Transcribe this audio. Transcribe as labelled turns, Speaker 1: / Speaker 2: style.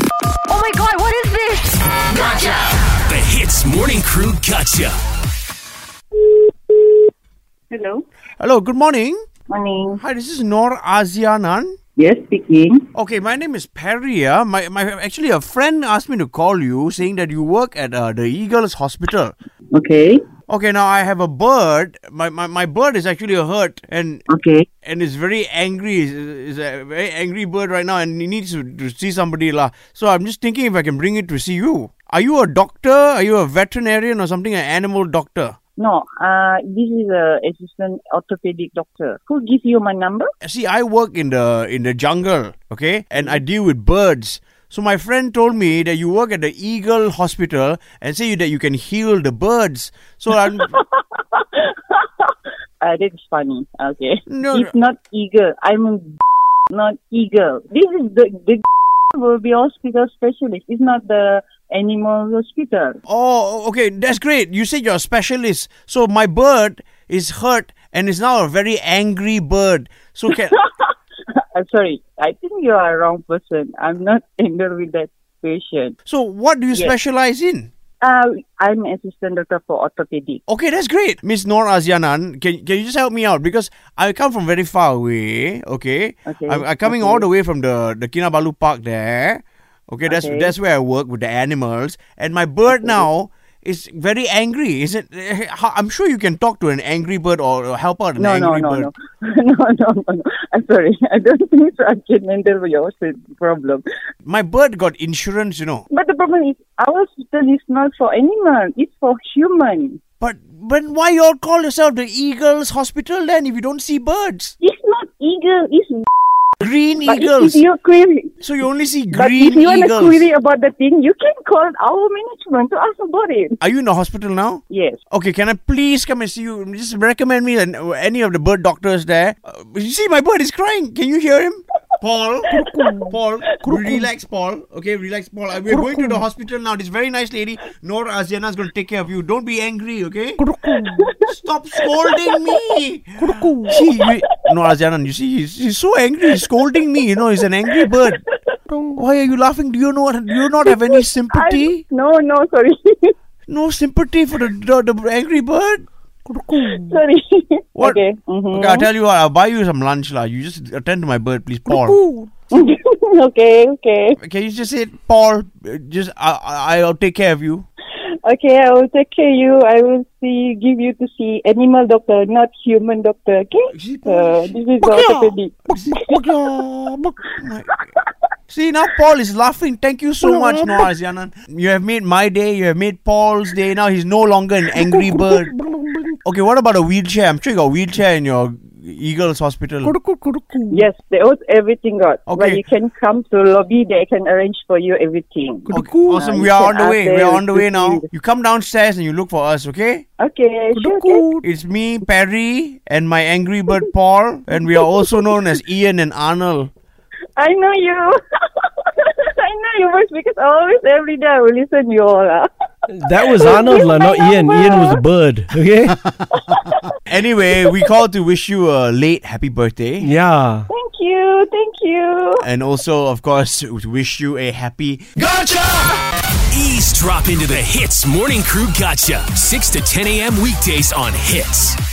Speaker 1: Oh my god, what is this?
Speaker 2: The Hits Morning Crew Gotcha.
Speaker 3: Hello.
Speaker 4: Hello, good morning.
Speaker 3: Morning.
Speaker 4: Hi, this is Nor Azianan.
Speaker 3: Yes, speaking.
Speaker 4: Okay, my name is Peria. My, my actually a friend asked me to call you, saying that you work at uh, the Eagles Hospital.
Speaker 3: Okay.
Speaker 4: Okay, now I have a bird. My my, my bird is actually hurt and
Speaker 3: Okay.
Speaker 4: and is very angry. Is is a very angry bird right now, and he needs to, to see somebody lah. So I'm just thinking if I can bring it to see you. Are you a doctor? Are you a veterinarian or something? An animal doctor?
Speaker 3: No, uh, this is a assistant orthopedic doctor. Who give you my number?
Speaker 4: see i work in the in the jungle okay and i deal with birds so my friend told me that you work at the eagle hospital and say that you can heal the birds so i'm
Speaker 3: Uh, that is funny. Okay.
Speaker 4: No,
Speaker 3: It's not eagle. I'm not eagle. This is the the will be hospital specialist. It's not the animal hospital.
Speaker 4: oh okay that's great you said you're a specialist so my bird is hurt and is now a very angry bird so can
Speaker 3: I'm Uh, sorry. I think you are a wrong person. I'm not involved with that patient.
Speaker 4: so what do you
Speaker 3: Yes.
Speaker 4: specialize in
Speaker 3: Uh, I'm assistant doctor for orthopedic.
Speaker 4: Okay, that's great. Miss Nor Azianan, can, can you just help me out? Because I come from very far away, okay?
Speaker 3: Okay,
Speaker 4: I'm, I'm coming all the way from the, the Kinabalu Park there. Okay, that's
Speaker 3: Okay.
Speaker 4: that's where I work with the animals. And my bird now is very angry. Is it? how- I'm sure you can talk to an angry bird or, or help out an
Speaker 3: No, no,
Speaker 4: angry
Speaker 3: no,
Speaker 4: bird.
Speaker 3: no, no, no, no, no. I'm sorry. I don't think so. I can handle your problem.
Speaker 4: My bird got insurance, you know.
Speaker 3: But the problem is, our hospital is not for animal. It's for human.
Speaker 4: But but why y'all call yourself the Eagles Hospital then if you don't see birds?
Speaker 3: It's not eagle. It's
Speaker 4: Green
Speaker 3: but
Speaker 4: eagles.
Speaker 3: If you query,
Speaker 4: so you only see green
Speaker 3: but if you want to
Speaker 4: eagles.
Speaker 3: query about the thing, you can call our management to ask about it.
Speaker 4: Are you in the hospital now?
Speaker 3: Yes.
Speaker 4: Okay, can I please come and see you? Just recommend me an- any of the bird doctors there. Uh, you see, my bird is crying. Can you hear him? Paul, Paul, relax, Paul. Okay, relax, Paul. Uh, We're going to the hospital now. This very nice lady, Nora Aziana, is going to take care of you. Don't be angry, okay? Stop scolding me. see, you, Nora Aziana, you see, he's, he's so angry. He's scolding me. You know, he's an angry bird. Why are you laughing? Do you know? Do you not have any sympathy?
Speaker 3: I, no, no, sorry,
Speaker 4: No sympathy for the, the, the angry bird.
Speaker 3: sorry.
Speaker 4: What?
Speaker 3: Okay. mhm.
Speaker 4: Okay, I'll tell you what, I'll buy you some lunch, lah. You just attend to my bird, please, Paul.
Speaker 3: okay, okay,
Speaker 4: Can you just say, Paul, uh, just, I, I, I'll take care of you.
Speaker 3: okay. I will take care of you. I will see, give you to see animal doctor, not human doctor. Okay. Uh, this is orthopedic.
Speaker 4: My- See, now Paul is laughing. Thank you so much, Noaz Yanan. You have made my day, you have made Paul's day. Now he's no longer an angry bird. Okay, what about a wheelchair? I'm sure you got a wheelchair in your Eagles Hospital.
Speaker 3: Yes, they was everything got. But
Speaker 4: Okay.
Speaker 3: you can come to lobby. They can arrange for you everything.
Speaker 4: Okay, awesome.
Speaker 3: Uh,
Speaker 4: We
Speaker 3: you
Speaker 4: are
Speaker 3: can
Speaker 4: on the
Speaker 3: ask
Speaker 4: way.
Speaker 3: them
Speaker 4: We are on the
Speaker 3: to
Speaker 4: way now.
Speaker 3: see.
Speaker 4: You come downstairs and you look for us, okay?
Speaker 3: Okay, sure. Okay.
Speaker 4: It's me, Perry, and my angry bird Paul, and we are also known as Ian and Arnold.
Speaker 3: I know you. I know your voice because always every day I will listen to you all. ah.
Speaker 5: That was Arnold, lah, not Ian. Ian was a bird. Okay.
Speaker 4: Anyway, we called to wish you a late happy birthday.
Speaker 5: Yeah.
Speaker 3: Thank you. Thank you.
Speaker 4: And also, of course, to wish you a happy
Speaker 2: Eavesdrop into the Hits Morning Crew Gotcha. 6 to 10 a.m. weekdays on Hits.